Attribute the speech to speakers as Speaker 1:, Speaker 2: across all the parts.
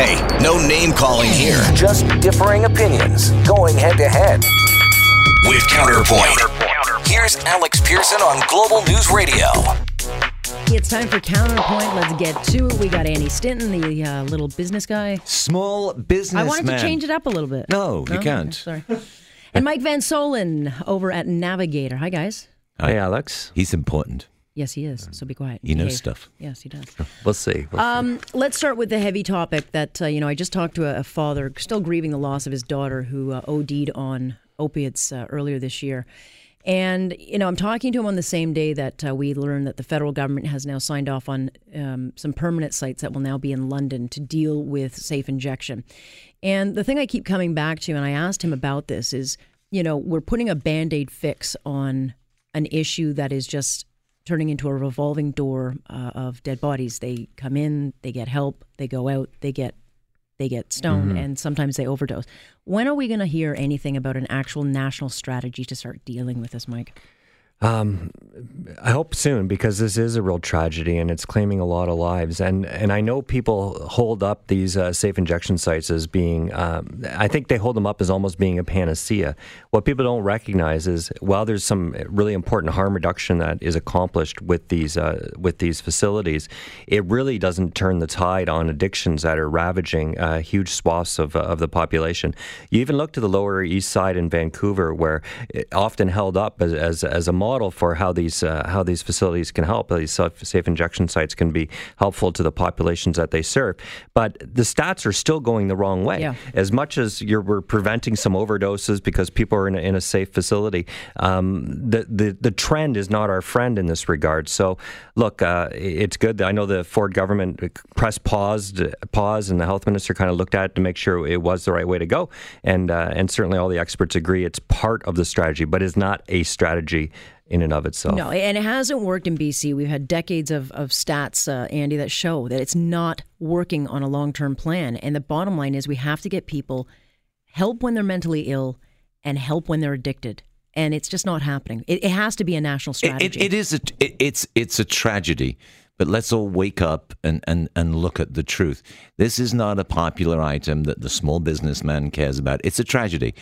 Speaker 1: Hey, no name calling here.
Speaker 2: Just differing opinions going head to head.
Speaker 1: With Counterpoint,
Speaker 2: Here's Alex Pearson on Global News Radio.
Speaker 3: It's time for Counterpoint. Let's get to it. We got Andy Stinton, the uh, little business guy.
Speaker 4: Small business.
Speaker 3: I wanted to change it up a little bit.
Speaker 4: No, you can't.
Speaker 3: Sorry. And Mike Van Solen over at Navigator. Hi, guys.
Speaker 5: Hey, Alex.
Speaker 4: Oh, He's important.
Speaker 3: Yes, he is. So be quiet.
Speaker 4: He knows
Speaker 3: Behave.
Speaker 4: stuff.
Speaker 3: Yes, he does.
Speaker 5: We'll see. We'll
Speaker 3: Um, let's start with the heavy topic that, uh, you know, I just talked to a, a father still grieving the loss of his daughter who uh, OD'd on opiates uh, earlier this year. And, you know, I'm talking to him on the same day that uh, we learned that the federal government has now signed off on um, some permanent sites that will now be in London to deal with safe injection. And the thing I keep coming back to, and I asked him about this, is, you know, we're putting a band aid fix on an issue that is just turning into a revolving door uh, of dead bodies. They come in, they get help, they go out, they get they get stoned,
Speaker 4: Mm-hmm.
Speaker 3: and sometimes they overdose. When are we going to hear anything about an actual national strategy to start dealing with this, Mike?
Speaker 5: I hope soon because this is a real tragedy and it's claiming a lot of lives. And and I know people hold up these uh, safe injection sites as being, um, I think they hold them up as almost being a panacea. What people don't recognize is while there's some really important harm reduction that is accomplished with these uh, with these facilities, it really doesn't turn the tide on addictions that are ravaging uh, huge swaths of, uh, of the population. You even look to the Lower East Side in Vancouver, where it often held up as, as, as a model for how these uh, how these facilities can help. how These self- safe injection sites can be helpful to the populations that they serve. But the stats are still going the wrong way.
Speaker 3: Yeah.
Speaker 5: As much as you're we're preventing some overdoses because people are in a, in a safe facility, um, the, the the trend is not our friend in this regard. So look, uh, i- it's good. that I know the Ford government uh, pressed paused pause, and the health minister kind of looked at it to make sure it was the right way to go. And uh, and certainly all the experts agree it's part of the strategy, but it's not a strategy in and of
Speaker 4: Oh.
Speaker 5: itself.
Speaker 3: No, and it hasn't worked in BC. We've had decades of, of stats, uh, Andy, that show that it's not working on a long term plan. And the bottom line is we have to get people help when they're mentally ill and help when they're addicted. And it's just not happening. It, it has to be a national
Speaker 4: It,
Speaker 3: strategy.
Speaker 4: it, it is. A, it, it's it's a tragedy. But let's all wake up and, and, and look at the truth. This is not a popular item that the small businessman cares about. It's a tragedy.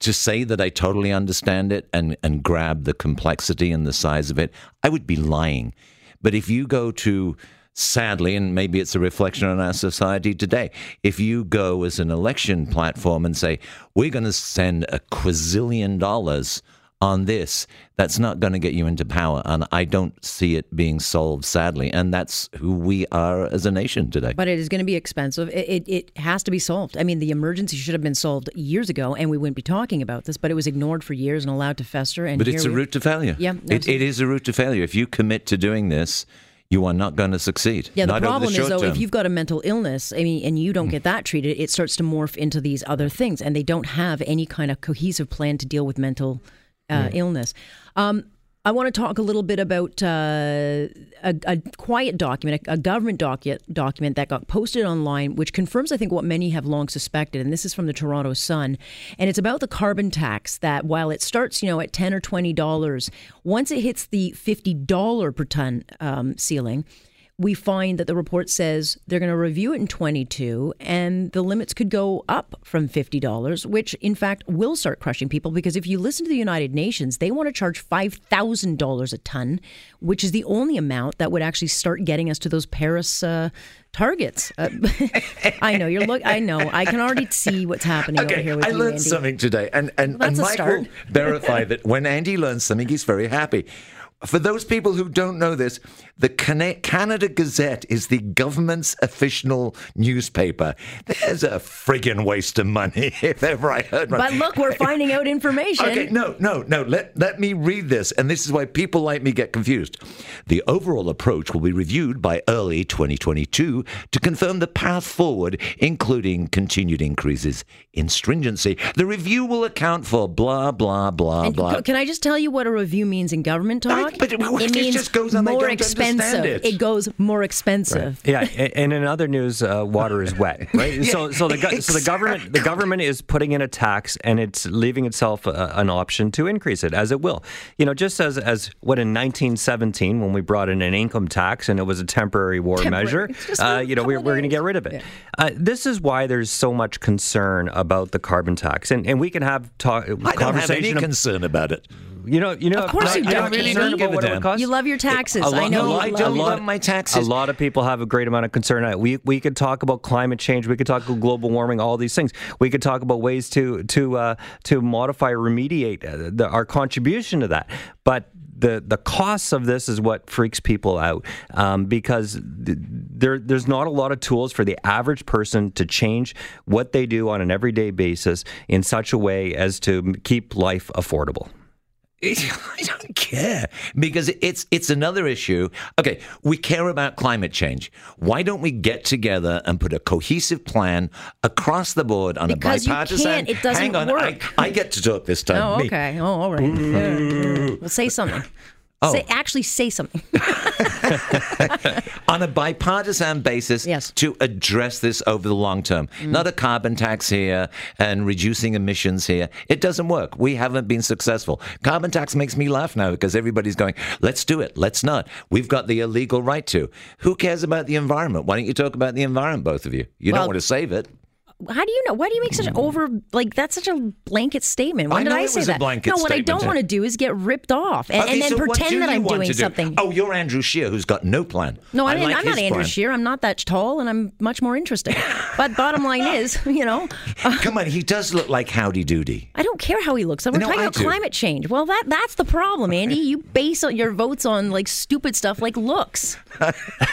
Speaker 4: To say that I totally understand it and, and grab the complexity and the size of it, I would be lying. But if you go to, sadly, and maybe it's a reflection on our society today, if you go as an election platform and say, we're going to send a quazillion dollars on this, that's not going to get you into power. And I don't see it being solved, sadly. And that's who we are as a nation today.
Speaker 3: But it is going to be expensive. It, it, it has to be solved. I mean, the emergency should have been solved years ago, and we wouldn't be talking about this. But it was ignored for years and allowed to fester. And
Speaker 4: But
Speaker 3: here
Speaker 4: it's a
Speaker 3: we-
Speaker 4: route to failure.
Speaker 3: Yeah,
Speaker 4: it, it is a route to failure. If you commit to doing this, you are not going to succeed.
Speaker 3: Yeah, the
Speaker 4: Not over
Speaker 3: problem is
Speaker 4: short
Speaker 3: though, if
Speaker 4: term. Hmm.
Speaker 3: you've got a mental illness, I mean, and you don't get that treated, it starts to morph into these other things, and they don't have any kind of cohesive plan to deal with mental uh, illness. Um, I want to talk a little bit about uh, a, a quiet document, a, a government docu- document that got posted online, which confirms, I think, what many have long suspected. And this is from the Toronto Sun, and it's about the carbon tax. That while it starts, you know, at ten or twenty dollars, once it hits the fifty dollar per ton um, ceiling, we find that the report says they're going to review it in 22 and the limits could go up from $50 which in fact will start crushing people because if you listen to the united nations they want to charge $5000 a ton which is the only amount that would actually start getting us to those paris uh, targets uh, i know you're look i know i can already see what's happening over here with
Speaker 4: I
Speaker 3: you
Speaker 4: learned
Speaker 3: Andy.
Speaker 4: something today, and and,
Speaker 3: Well,
Speaker 4: and
Speaker 3: that's a
Speaker 4: Mike
Speaker 3: start.
Speaker 4: will verify that when Andy learns something, he's very happy. For those people who don't know this, the Cana- Canada Gazette is the government's official newspaper. There's a friggin' waste of money if ever I heard one.
Speaker 3: but look we're finding out information
Speaker 4: Okay, no, no, no. Let, let me read this, and this is why people like me get confused. The overall approach will be reviewed by early 2022 to confirm the path forward, including continued increases in stringency. The review will account for blah, blah, blah,
Speaker 3: And
Speaker 4: blah.
Speaker 3: Can I just tell you what a review means in government talk?
Speaker 4: I- but it-
Speaker 3: it
Speaker 4: it
Speaker 3: means
Speaker 4: just goes on, they
Speaker 3: more
Speaker 4: don't understand. understand
Speaker 3: expensive.
Speaker 4: it.
Speaker 3: goes more expensive.
Speaker 5: Yeah, a- and in other news, uh, water is wet, right? so, so the go- so the government the government is putting in a tax, and it's leaving itself a, an option to increase it as it will. You know, just as as what in 1917 when we brought in an income tax and it was a temporary war
Speaker 3: Temporary.
Speaker 5: measure,
Speaker 3: It's just
Speaker 5: uh,
Speaker 3: for a
Speaker 5: you know, we,
Speaker 3: couple
Speaker 5: we're going to
Speaker 3: days.
Speaker 5: get rid of it. Uh, this is why there's so much concern about the carbon tax, and and we can have talk
Speaker 4: I don't have any
Speaker 5: conversation. ab-
Speaker 4: concern about it.
Speaker 5: you know, you know,
Speaker 3: Of course
Speaker 5: I-
Speaker 3: you
Speaker 5: I
Speaker 3: don't.
Speaker 5: have
Speaker 3: You
Speaker 5: concern
Speaker 3: really
Speaker 5: about
Speaker 4: give a
Speaker 5: what it would
Speaker 4: damn.
Speaker 5: cost.
Speaker 3: You love your taxes.
Speaker 5: A lot-
Speaker 3: I know.
Speaker 4: no,
Speaker 3: you
Speaker 4: I
Speaker 3: love
Speaker 4: don't
Speaker 3: them.
Speaker 4: love my taxes.
Speaker 5: A lot of people have a great amount of concern. We we could talk about climate change. We could talk about global warming. All these things. We could talk about ways to to uh, to modify, remediate uh, the, our contribution to that. But the the costs of this is what freaks people out um, because th- there there's not a lot of tools for the average person to change what they do on an everyday basis in such a way as to keep life affordable.
Speaker 4: I don't care because it's it's another issue. Okay, we care about climate change. Why don't we get together and put a cohesive plan across the board on
Speaker 3: Because
Speaker 4: a
Speaker 3: you
Speaker 4: bipartisan?
Speaker 3: can't. It doesn't
Speaker 4: Hang on,
Speaker 3: work.
Speaker 4: I, I get to talk this time.
Speaker 3: Oh,
Speaker 4: Me.
Speaker 3: okay. Oh, all right. Yeah. Well, say something.
Speaker 4: Oh.
Speaker 3: Say, actually, say something.
Speaker 4: on a bipartisan basis
Speaker 3: Yes. Mm.
Speaker 4: to address this over the long term. Not a carbon tax here and reducing emissions here. It doesn't work. We haven't been successful. Carbon tax makes me laugh now because everybody's going, let's do it, let's not. We've got the illegal right to. Who cares about the environment? Why don't you talk about the environment, both of you? You
Speaker 3: Well-
Speaker 4: don't want to save it.
Speaker 3: How do you know? Why do you make such an over like that's such a blanket statement? Why
Speaker 4: I
Speaker 3: did
Speaker 4: know
Speaker 3: I
Speaker 4: it
Speaker 3: say
Speaker 4: was a
Speaker 3: that?
Speaker 4: blanket
Speaker 3: no, what I don't
Speaker 4: statement.
Speaker 3: want to do is get ripped off and,
Speaker 4: Okay,
Speaker 3: and then
Speaker 4: so what do
Speaker 3: pretend that
Speaker 4: you
Speaker 3: I'm
Speaker 4: want
Speaker 3: doing
Speaker 4: to do?
Speaker 3: something.
Speaker 4: Oh, you're Andrew Shear, who's got no plan.
Speaker 3: No, I
Speaker 4: I
Speaker 3: mean,
Speaker 4: like
Speaker 3: I'm not
Speaker 4: his
Speaker 3: Andrew
Speaker 4: plan.
Speaker 3: Shear. I'm not that tall, and I'm much more interesting. but bottom line is, you know,
Speaker 4: Come on, he does look like Howdy Doody.
Speaker 3: I don't care how he looks. We're
Speaker 4: No,
Speaker 3: talking
Speaker 4: I
Speaker 3: about
Speaker 4: do.
Speaker 3: climate change. Well, that that's the problem, Andy. You base all your votes on like stupid stuff like looks.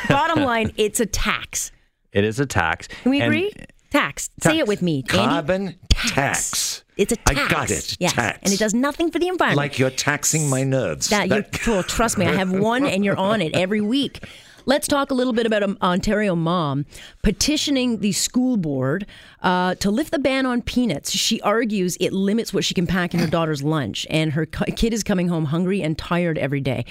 Speaker 3: Bottom line, it's a tax.
Speaker 5: It is a tax.
Speaker 3: Can we
Speaker 5: And-
Speaker 3: agree? Tax. Say it with me, Andy.
Speaker 4: Carbon tax.
Speaker 3: It's a
Speaker 4: I
Speaker 3: tax.
Speaker 4: got it.
Speaker 3: Yes.
Speaker 4: Tax.
Speaker 3: And it does nothing for the environment.
Speaker 4: like you're taxing my nerves.
Speaker 3: That,
Speaker 4: That-
Speaker 3: you well, trust me, I have one, and you're on it every week. Let's talk a little bit about an Ontario mom petitioning the school board uh, to lift the ban on peanuts. She argues it limits what she can pack in her daughter's lunch, and her cu- kid is coming home hungry and tired every day.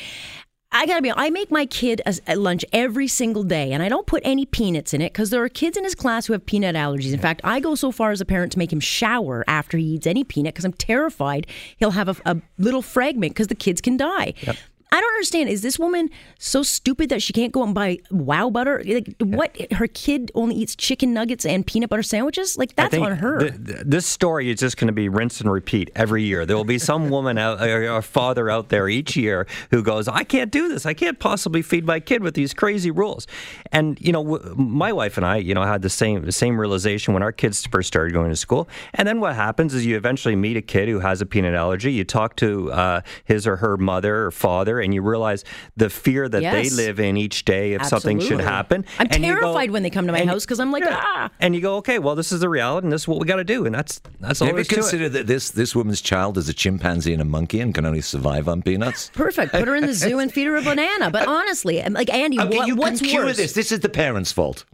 Speaker 3: I gotta be. I make my kid a, a lunch every single day, and I don't put any peanuts in it because there are kids in his class who have peanut allergies. In fact, I go so far as a parent to make him shower after he eats any peanut because I'm terrified he'll have a, a little fragment because the kids can die. I don't understand. Is this woman so stupid that she can't go out and buy wow butter? Like, what? Her kid only eats chicken nuggets and peanut butter sandwiches? Like,
Speaker 5: I
Speaker 3: that's
Speaker 5: think
Speaker 3: on her.
Speaker 5: th- th- this story is just going to be rinse and repeat every year. There will be some woman out, or, or father out there each year who goes, "I can't do this. I can't possibly feed my kid with these crazy rules." And you know, w- my wife and I, you know, had the same the same realization when our kids first started going to school. And then what happens is you eventually meet a kid who has a peanut allergy. You talk to uh, his or her mother or father, and you realize the fear that
Speaker 3: Yes.
Speaker 5: they live in each day if something should
Speaker 3: Absolutely.
Speaker 5: happen.
Speaker 3: I'm
Speaker 5: And you go-
Speaker 3: terrified when they come to my
Speaker 5: and-
Speaker 3: house because I'm like, ah.
Speaker 5: and you go, okay, well, this is the reality, and this is what we got to do, and that's that's all
Speaker 4: Have
Speaker 5: there
Speaker 4: you
Speaker 5: is to it.
Speaker 4: considered that this, this woman's child is a chimpanzee and a monkey and can only survive on peanuts?
Speaker 3: Perfect. Put her in the zoo and feed her a banana. But honestly, I'm like Andy,
Speaker 4: Okay,
Speaker 3: what,
Speaker 4: you
Speaker 3: what's
Speaker 4: can cure
Speaker 3: worse?
Speaker 4: this. This is the parents' fault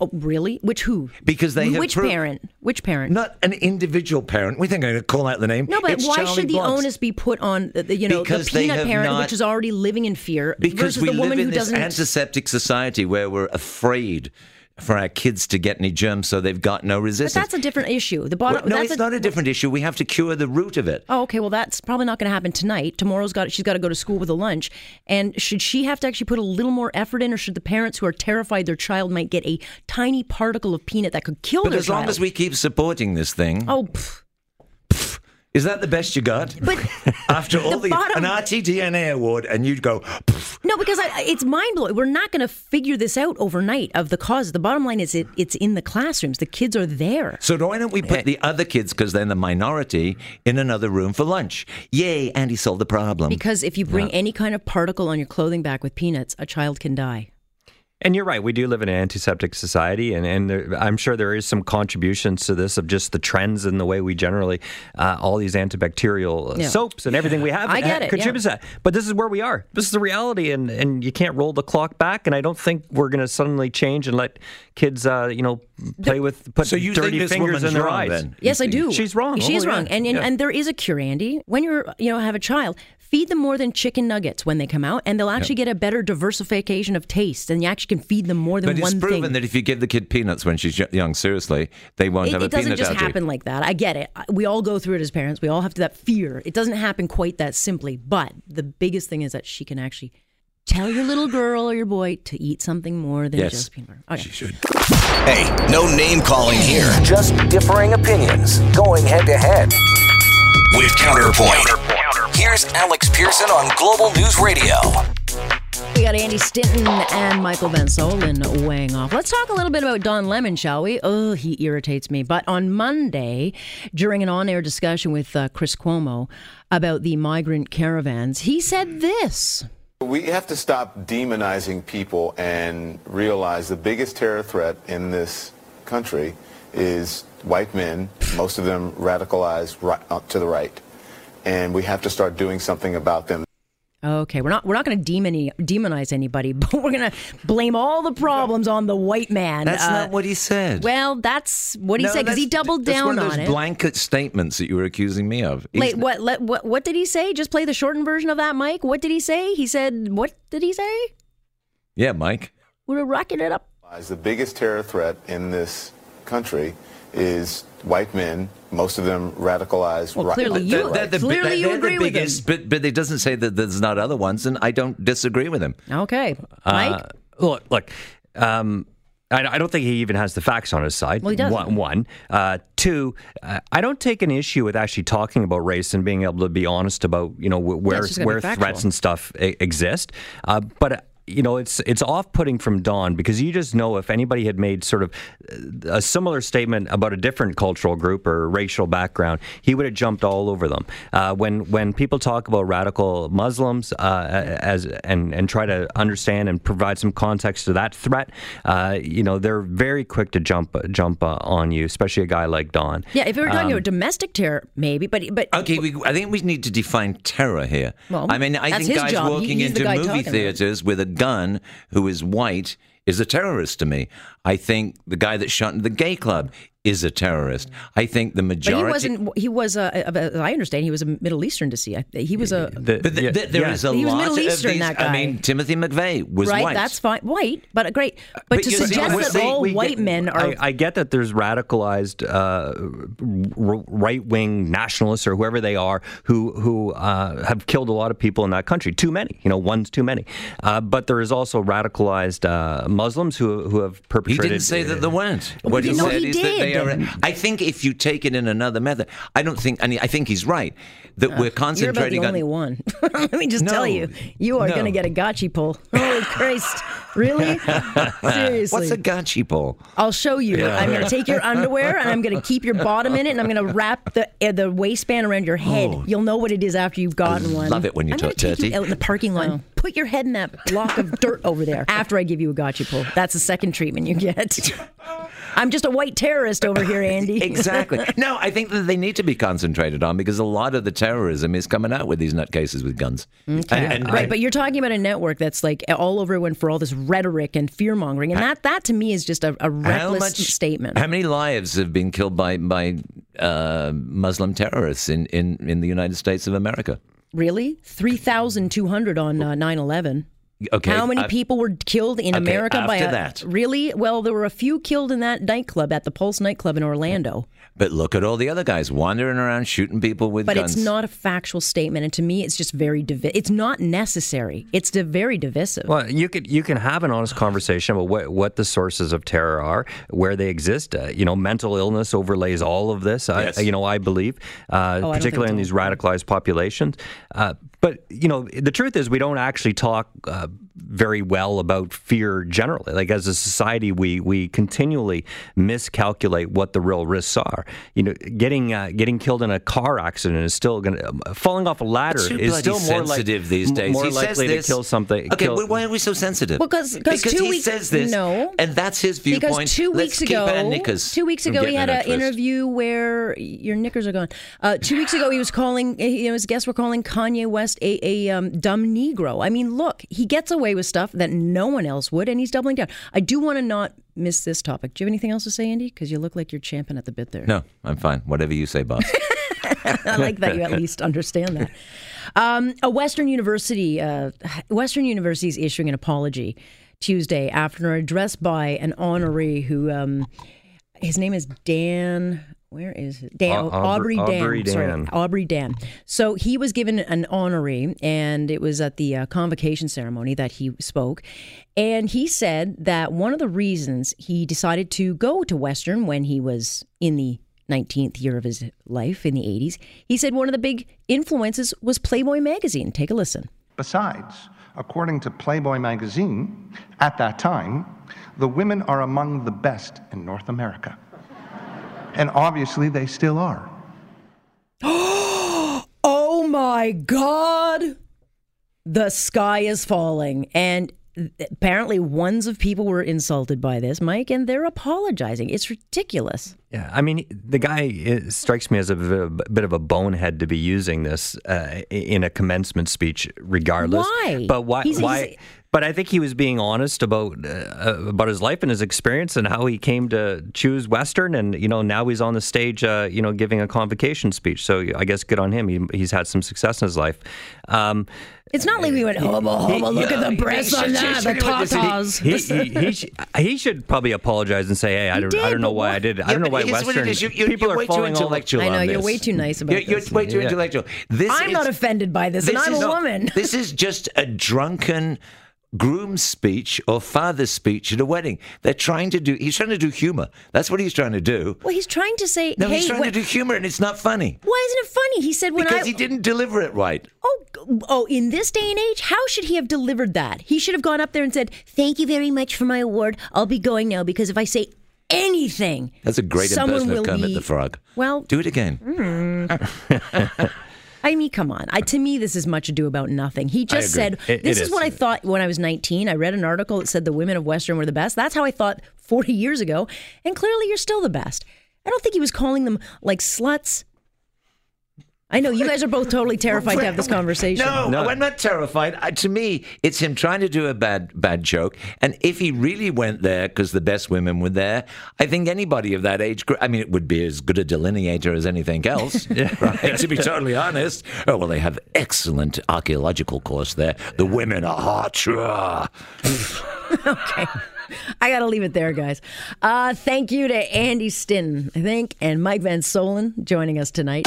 Speaker 3: Oh, really? Which who?
Speaker 4: because they have
Speaker 3: Which
Speaker 4: pro-
Speaker 3: parent? Which parent?
Speaker 4: not an individual parent. We think I'm going to call out the name.
Speaker 3: No, but
Speaker 4: It's
Speaker 3: why
Speaker 4: Charlie
Speaker 3: should the
Speaker 4: Blunt's.
Speaker 3: onus be put on the, the, you know
Speaker 4: Because
Speaker 3: the
Speaker 4: they
Speaker 3: peanut
Speaker 4: have
Speaker 3: parent,
Speaker 4: not-
Speaker 3: which is already living in fear,
Speaker 4: Because
Speaker 3: versus
Speaker 4: we
Speaker 3: the
Speaker 4: live
Speaker 3: woman
Speaker 4: in
Speaker 3: who
Speaker 4: this
Speaker 3: doesn't?
Speaker 4: antiseptic society where we're afraid for our kids to get any germs, so they've got no
Speaker 3: but
Speaker 4: resistance.
Speaker 3: that's a different issue. The bottom.
Speaker 4: Well, no,
Speaker 3: that's
Speaker 4: it's
Speaker 3: a,
Speaker 4: not a different issue. We have to cure the root of it.
Speaker 3: Oh, okay. Well, that's probably not going to happen tonight. Tomorrow's got she's got to go to school with a lunch. And should she have to actually put a little more effort in, or should the parents who are terrified their child might get a tiny particle of peanut that could kill
Speaker 4: But
Speaker 3: their
Speaker 4: as long
Speaker 3: child?
Speaker 4: as we keep supporting this thing,
Speaker 3: oh, pff.
Speaker 4: is that the best you got?
Speaker 3: but
Speaker 4: After all
Speaker 3: The
Speaker 4: the,
Speaker 3: bottom-
Speaker 4: an RTDNA award, and you'd go, "Pff,
Speaker 3: No, because I, it's mind blowing. We're not going to figure this out overnight of the cause. The bottom line is it, it's in the classrooms. The kids are there.
Speaker 4: so why don't we put the other kids, because they're the minority, in another room for lunch? Yay, Andy solved the problem.
Speaker 3: Because if you bring any kind of particle on your clothing back with peanuts, a child can die.
Speaker 5: And you're right. We do live in an antiseptic society, and and there, I'm sure there is some contributions to this of just the trends and the way we generally uh, all these antibacterial uh,
Speaker 3: Yeah.
Speaker 5: soaps and everything we have
Speaker 3: I get
Speaker 5: ha-
Speaker 3: it,
Speaker 5: contributes to that. But this is where we are. This is the reality, and and you can't roll the clock back. And I don't think we're going to suddenly change and let kids, uh, you know, play with put
Speaker 4: So you think
Speaker 5: dirty
Speaker 4: this
Speaker 5: fingers in
Speaker 4: woman's
Speaker 5: their
Speaker 4: wrong,
Speaker 5: eyes.
Speaker 4: then?
Speaker 3: Yes, I do.
Speaker 5: She's wrong.
Speaker 3: She's
Speaker 5: Oh, yeah.
Speaker 3: wrong. And and,
Speaker 5: Yeah.
Speaker 3: and there is a cure, Andy. When you're you know have a child, feed them more than chicken nuggets when they come out, and they'll actually get a better diversification of taste, and you actually can feed them more than
Speaker 4: But it's
Speaker 3: one
Speaker 4: proven
Speaker 3: thing.
Speaker 4: that if you give the kid peanuts when she's y- young, seriously, they won't
Speaker 3: it,
Speaker 4: have
Speaker 3: it
Speaker 4: a
Speaker 3: doesn't
Speaker 4: peanut
Speaker 3: just
Speaker 4: allergy.
Speaker 3: happen like that. I get it. I- We all go through it as parents. We all have that fear. It doesn't happen quite that simply. But the biggest thing is that she can actually tell your little girl or your boy to eat something more than
Speaker 4: Yes.
Speaker 3: just peanut butter. Okay.
Speaker 4: She should.
Speaker 1: Hey, no name calling here
Speaker 2: Just differing opinions, going head to head.
Speaker 1: with Counterpoint.
Speaker 2: Here's Alex Pearson on Global News Radio.
Speaker 3: We got Andy Stinton and Michael Van Solen weighing off. Let's talk a little bit about Don Lemon, shall we? Oh, he irritates me. But on Monday, during an on air discussion with uh, Chris Cuomo about the migrant caravans, he said this.
Speaker 6: We have to stop demonizing people and realize the biggest terror threat in this country is white men, most of them radicalized right, uh, to the right. And we have to start doing something about them.
Speaker 3: Okay, we're not we're not going to demoni- demonize anybody, but we're going to blame all the problems on the white man.
Speaker 4: That's
Speaker 3: Uh,
Speaker 4: not what he said.
Speaker 3: Well, that's what he
Speaker 4: No,
Speaker 3: said because he
Speaker 4: that's-
Speaker 3: doubled
Speaker 4: that's
Speaker 3: down
Speaker 4: one of those
Speaker 3: on it.
Speaker 4: blanket statements that you were accusing me of. He's
Speaker 3: Wait,
Speaker 4: n-
Speaker 3: what, let, what? What did he say? Just play the shortened version of that, Mike. What did he say? He said, "What did he say?"
Speaker 4: Yeah, Mike.
Speaker 3: We're rocking it up.
Speaker 6: Realize The biggest terror threat in this country is white men, most of them radicalized
Speaker 3: Well,
Speaker 6: right,
Speaker 3: clearly
Speaker 6: up
Speaker 3: you-
Speaker 6: to the
Speaker 4: They're-
Speaker 6: right.
Speaker 4: they're the, bi-
Speaker 3: Clearly
Speaker 4: they're-
Speaker 3: you
Speaker 4: they're the
Speaker 3: agree with him.
Speaker 4: biggest, But, but it doesn't say that there's not other ones, and I don't disagree with him.
Speaker 3: Uh, Okay, Mike.
Speaker 5: Uh, look, look. Um, I, I don't think he even has the facts on his side.
Speaker 3: Well, he doesn't.
Speaker 5: One, one. Uh, two. Uh, I don't take an issue with actually talking about race and being able to be honest about you know wh- where
Speaker 3: it's just gotta be
Speaker 5: where threats
Speaker 3: factual.
Speaker 5: and stuff e- exist. Uh, but uh, you know, it's it's off-putting from Don because you just know if anybody had made sort of uh, a similar statement about a different cultural group or racial background, he would have jumped all over them. Uh, when when people talk about radical Muslims uh, as and and try to understand and provide some context to that threat, uh, you know, they're very quick to jump jump uh, on you, especially a guy like Don.
Speaker 3: yeah, if we were talking
Speaker 4: um,
Speaker 3: about domestic terror, maybe, but but
Speaker 4: Okay, we, I think we need to define terror here.
Speaker 3: Well,
Speaker 4: I mean, I
Speaker 3: that's
Speaker 4: think
Speaker 3: his
Speaker 4: guys
Speaker 3: job. He-
Speaker 4: walking
Speaker 3: he's the
Speaker 4: into
Speaker 3: guy
Speaker 4: movie
Speaker 3: talking about it.
Speaker 4: theaters with a gun who is white is a terrorist to me. I think the guy that shot into the gay club is a terrorist. I think the
Speaker 3: but
Speaker 4: majority.
Speaker 3: he wasn't. He was a, of a- as I understand, he was a Middle Eastern descent. He was a
Speaker 5: The-
Speaker 4: But th-
Speaker 5: yeah,
Speaker 4: th- there is
Speaker 5: yeah.
Speaker 4: a
Speaker 3: He was
Speaker 4: lot
Speaker 3: Middle
Speaker 4: of
Speaker 3: Eastern,
Speaker 4: these-
Speaker 3: that
Speaker 4: I
Speaker 3: guy.
Speaker 4: mean, Timothy McVeigh was
Speaker 3: right.
Speaker 4: white.
Speaker 3: That's fine, white, but great. But,
Speaker 4: But
Speaker 3: to
Speaker 4: you see,
Speaker 3: suggest
Speaker 4: we're
Speaker 3: that
Speaker 4: saying
Speaker 3: all
Speaker 4: we
Speaker 3: white
Speaker 4: get-
Speaker 3: men are
Speaker 5: I, I get that there's radicalized uh, r- right-wing nationalists or whoever they are who who uh, have killed a lot of people in that country. Too many, you know, one's too many. Uh, but there is also radicalized uh, Muslims who who have
Speaker 4: He
Speaker 5: perpetrated.
Speaker 4: didn't say that there weren't. What
Speaker 3: you
Speaker 4: he
Speaker 3: know
Speaker 4: said
Speaker 3: he
Speaker 4: is that they
Speaker 3: did.
Speaker 4: are. I think if you take it in another method, I don't think. I mean, I think he's right that we're
Speaker 3: You're about
Speaker 4: concentrating
Speaker 3: the only
Speaker 4: on.
Speaker 3: one. Let me just tell
Speaker 4: No.
Speaker 3: you, you are
Speaker 4: No.
Speaker 3: going to get a gotchi pull. Holy Christ! Really? Seriously?
Speaker 4: What's a gotchi ball?
Speaker 3: I'll show you. I'm going to take your underwear and I'm going to keep your bottom in it and I'm going to wrap the uh, the waistband around your head. You'll know what it is after you've gotten one.
Speaker 4: Oh. love it when you
Speaker 3: I'm gonna
Speaker 4: talk
Speaker 3: take
Speaker 4: dirty.
Speaker 3: You out in the parking lot. and Put your head in that block of dirt over there after I give you a gotcha pull. That's the second treatment you get. I'm just a white terrorist over here, Andy.
Speaker 4: Exactly. No, I think that they need to be concentrated on because a lot of the terrorism is coming out with these nutcases with guns. And- and-
Speaker 3: Right, but you're talking about a network that's like all over everyone for all this rhetoric and fear mongering, and that that to me is just a, a reckless statement.
Speaker 4: How many lives have been killed by by uh, Muslim terrorists in, in, in the United States of America?
Speaker 3: Really, three thousand two hundred on uh, 9/11.
Speaker 4: Okay.
Speaker 3: How many
Speaker 4: I've-
Speaker 3: people were killed in
Speaker 4: Okay,
Speaker 3: America by
Speaker 4: after
Speaker 3: a,
Speaker 4: that.
Speaker 3: Really? Well, there were a few killed in that nightclub at the Pulse nightclub in Orlando,
Speaker 4: But look at all the other guys wandering around shooting people with
Speaker 3: but
Speaker 4: guns.
Speaker 3: it's not a factual statement, and to me, it's just very divi- It's not necessary. It's di- very divisive.
Speaker 5: Well, you could you can have an honest conversation about what, what the sources of terror are, where they exist. Uh, you know, mental illness overlays all of this. I,
Speaker 4: Yes.
Speaker 5: you know, I believe, uh,
Speaker 3: Oh, think
Speaker 5: particularly in
Speaker 3: so.
Speaker 5: these radicalized populations. Uh, But you know, the truth is, we don't actually talk uh, very well about fear generally. Like as a society, we we continually miscalculate what the real risks are. You know, getting uh, getting killed in a car accident is still going to falling off a ladder
Speaker 4: It's too
Speaker 5: is
Speaker 4: bloody
Speaker 5: still more like-
Speaker 4: sensitive these
Speaker 5: m-
Speaker 4: days.
Speaker 5: More
Speaker 4: he says
Speaker 5: likely
Speaker 4: this.
Speaker 5: to kill something.
Speaker 4: Okay,
Speaker 5: kill-
Speaker 4: well, why are we so sensitive?
Speaker 3: Well, 'cause- 'cause
Speaker 4: because
Speaker 3: two
Speaker 4: he
Speaker 3: weeks-
Speaker 4: says this.
Speaker 3: no.
Speaker 4: and that's his viewpoint.
Speaker 3: Because two weeks
Speaker 4: Let's keep
Speaker 3: ago,
Speaker 4: our knickers
Speaker 3: two weeks
Speaker 4: from
Speaker 3: ago, he
Speaker 4: getting
Speaker 3: had
Speaker 4: in our
Speaker 3: an
Speaker 4: twist.
Speaker 3: interview where your knickers are gone. Uh, two weeks ago, he was calling. You know, his guests were calling Kanye West a, a um, dumb Negro. I mean, look, he gets away with stuff that no one else would, and he's doubling down. I do want to not miss this topic. Do you have anything else to say, Andy? Because you look like you're champing at the bit there.
Speaker 4: No, I'm fine. Whatever you say, boss.
Speaker 3: I like that you at least understand that. Um, a Western University, uh, Western University is issuing an apology Tuesday after an address by an honoree who, um, his name is Dan. Where is it? Dan
Speaker 5: Au-
Speaker 3: Aubrey,
Speaker 5: Aubrey-
Speaker 3: Dan.
Speaker 5: Aubrey
Speaker 3: Sorry,
Speaker 5: Dan.
Speaker 3: Aubrey Dan. So he was given an honoree, and it was at the uh, convocation ceremony that he spoke. And he said that one of the reasons he decided to go to Western when he was in the 19th year of his life in the 80s, he said one of the big influences was Playboy magazine. Take a listen.
Speaker 7: Besides, according to Playboy magazine, at that time, the women are among the best in North America. And obviously, they still are.
Speaker 3: Oh my God. The sky is falling. And apparently, ones of people were insulted by this, Mike, and they're apologizing. It's ridiculous.
Speaker 5: Yeah, I mean, the guy uh strikes me as a bit of, bit of a bonehead to be using this uh, in a commencement speech, regardless.
Speaker 3: Why?
Speaker 5: But why?
Speaker 3: He's-
Speaker 5: why?
Speaker 3: he's-
Speaker 5: but I think he was being honest about uh, about his life and his experience and how he came to choose Western, and you know now he's on the stage, uh, you know, giving a convocation speech. So I guess good on him. He, he's had some success in his life. Um,
Speaker 3: It's not like we went, homo, homo, look at the breasts on that, the tatas.
Speaker 5: he, he, he, sh- he should probably apologize and say, "Hey, I
Speaker 3: He
Speaker 5: don't,
Speaker 3: did,
Speaker 5: I don't know
Speaker 3: but
Speaker 5: why I
Speaker 3: what-
Speaker 5: did. I don't know
Speaker 4: Yeah,
Speaker 5: why
Speaker 4: but here's what it
Speaker 5: Western
Speaker 4: is. You're- you're-
Speaker 5: people
Speaker 4: you're
Speaker 5: are
Speaker 4: way too
Speaker 5: falling all-
Speaker 4: intellectual
Speaker 3: I know,
Speaker 4: on
Speaker 3: you're
Speaker 4: this.
Speaker 3: way too nice about
Speaker 4: You're, you're
Speaker 3: this.
Speaker 4: way too
Speaker 5: Yeah.
Speaker 4: intellectual. This
Speaker 3: I'm
Speaker 4: is-
Speaker 3: not offended by this, and
Speaker 4: this
Speaker 3: I'm
Speaker 4: is-
Speaker 3: a woman.
Speaker 4: this is just a drunken groom's speech or father's speech at a wedding. They're trying to do. He's trying to do humor. That's what he's trying to do.
Speaker 3: Well, he's trying to say,
Speaker 4: No,
Speaker 3: hey,
Speaker 4: he's trying
Speaker 3: wh-
Speaker 4: to do humor, and it's not funny
Speaker 3: why isn't it funny? He said, when
Speaker 4: because
Speaker 3: I.
Speaker 4: he didn't deliver it right.
Speaker 3: Oh, g- oh, in this day and age, how should he have delivered that? He should have gone up there and said, Thank you very much for my award. I'll be going now because if I say anything,
Speaker 4: That's a great
Speaker 3: someone
Speaker 4: impression
Speaker 3: will
Speaker 4: of Kermit
Speaker 3: be...
Speaker 4: the Frog.
Speaker 3: Well-
Speaker 4: do it again.
Speaker 3: Mm, I mean, come on. I, to me, this is much ado about nothing. He just said,
Speaker 5: agree. It-
Speaker 3: This
Speaker 5: it
Speaker 3: is
Speaker 5: is.
Speaker 3: what I thought when I was 19. I read an article that said the women of Western were the best. That's how I thought 40 years ago. And clearly, you're still the best. I don't think he was calling them like sluts. I know you guys are both totally terrified to have this conversation.
Speaker 4: No,
Speaker 5: No.
Speaker 4: I'm not terrified. I, to me, it's him trying to do a bad bad joke. And if he really went there because the best women were there, I think anybody of that age, gr- I mean, it would be as good a delineator as anything else, right? to be totally honest. Oh, well, they have excellent archaeological course there. The women are hot. Sure.
Speaker 3: Okay. I got to leave it there, guys. Uh, thank you to Andy Stinton, I think, and Mike Van Solen joining us tonight.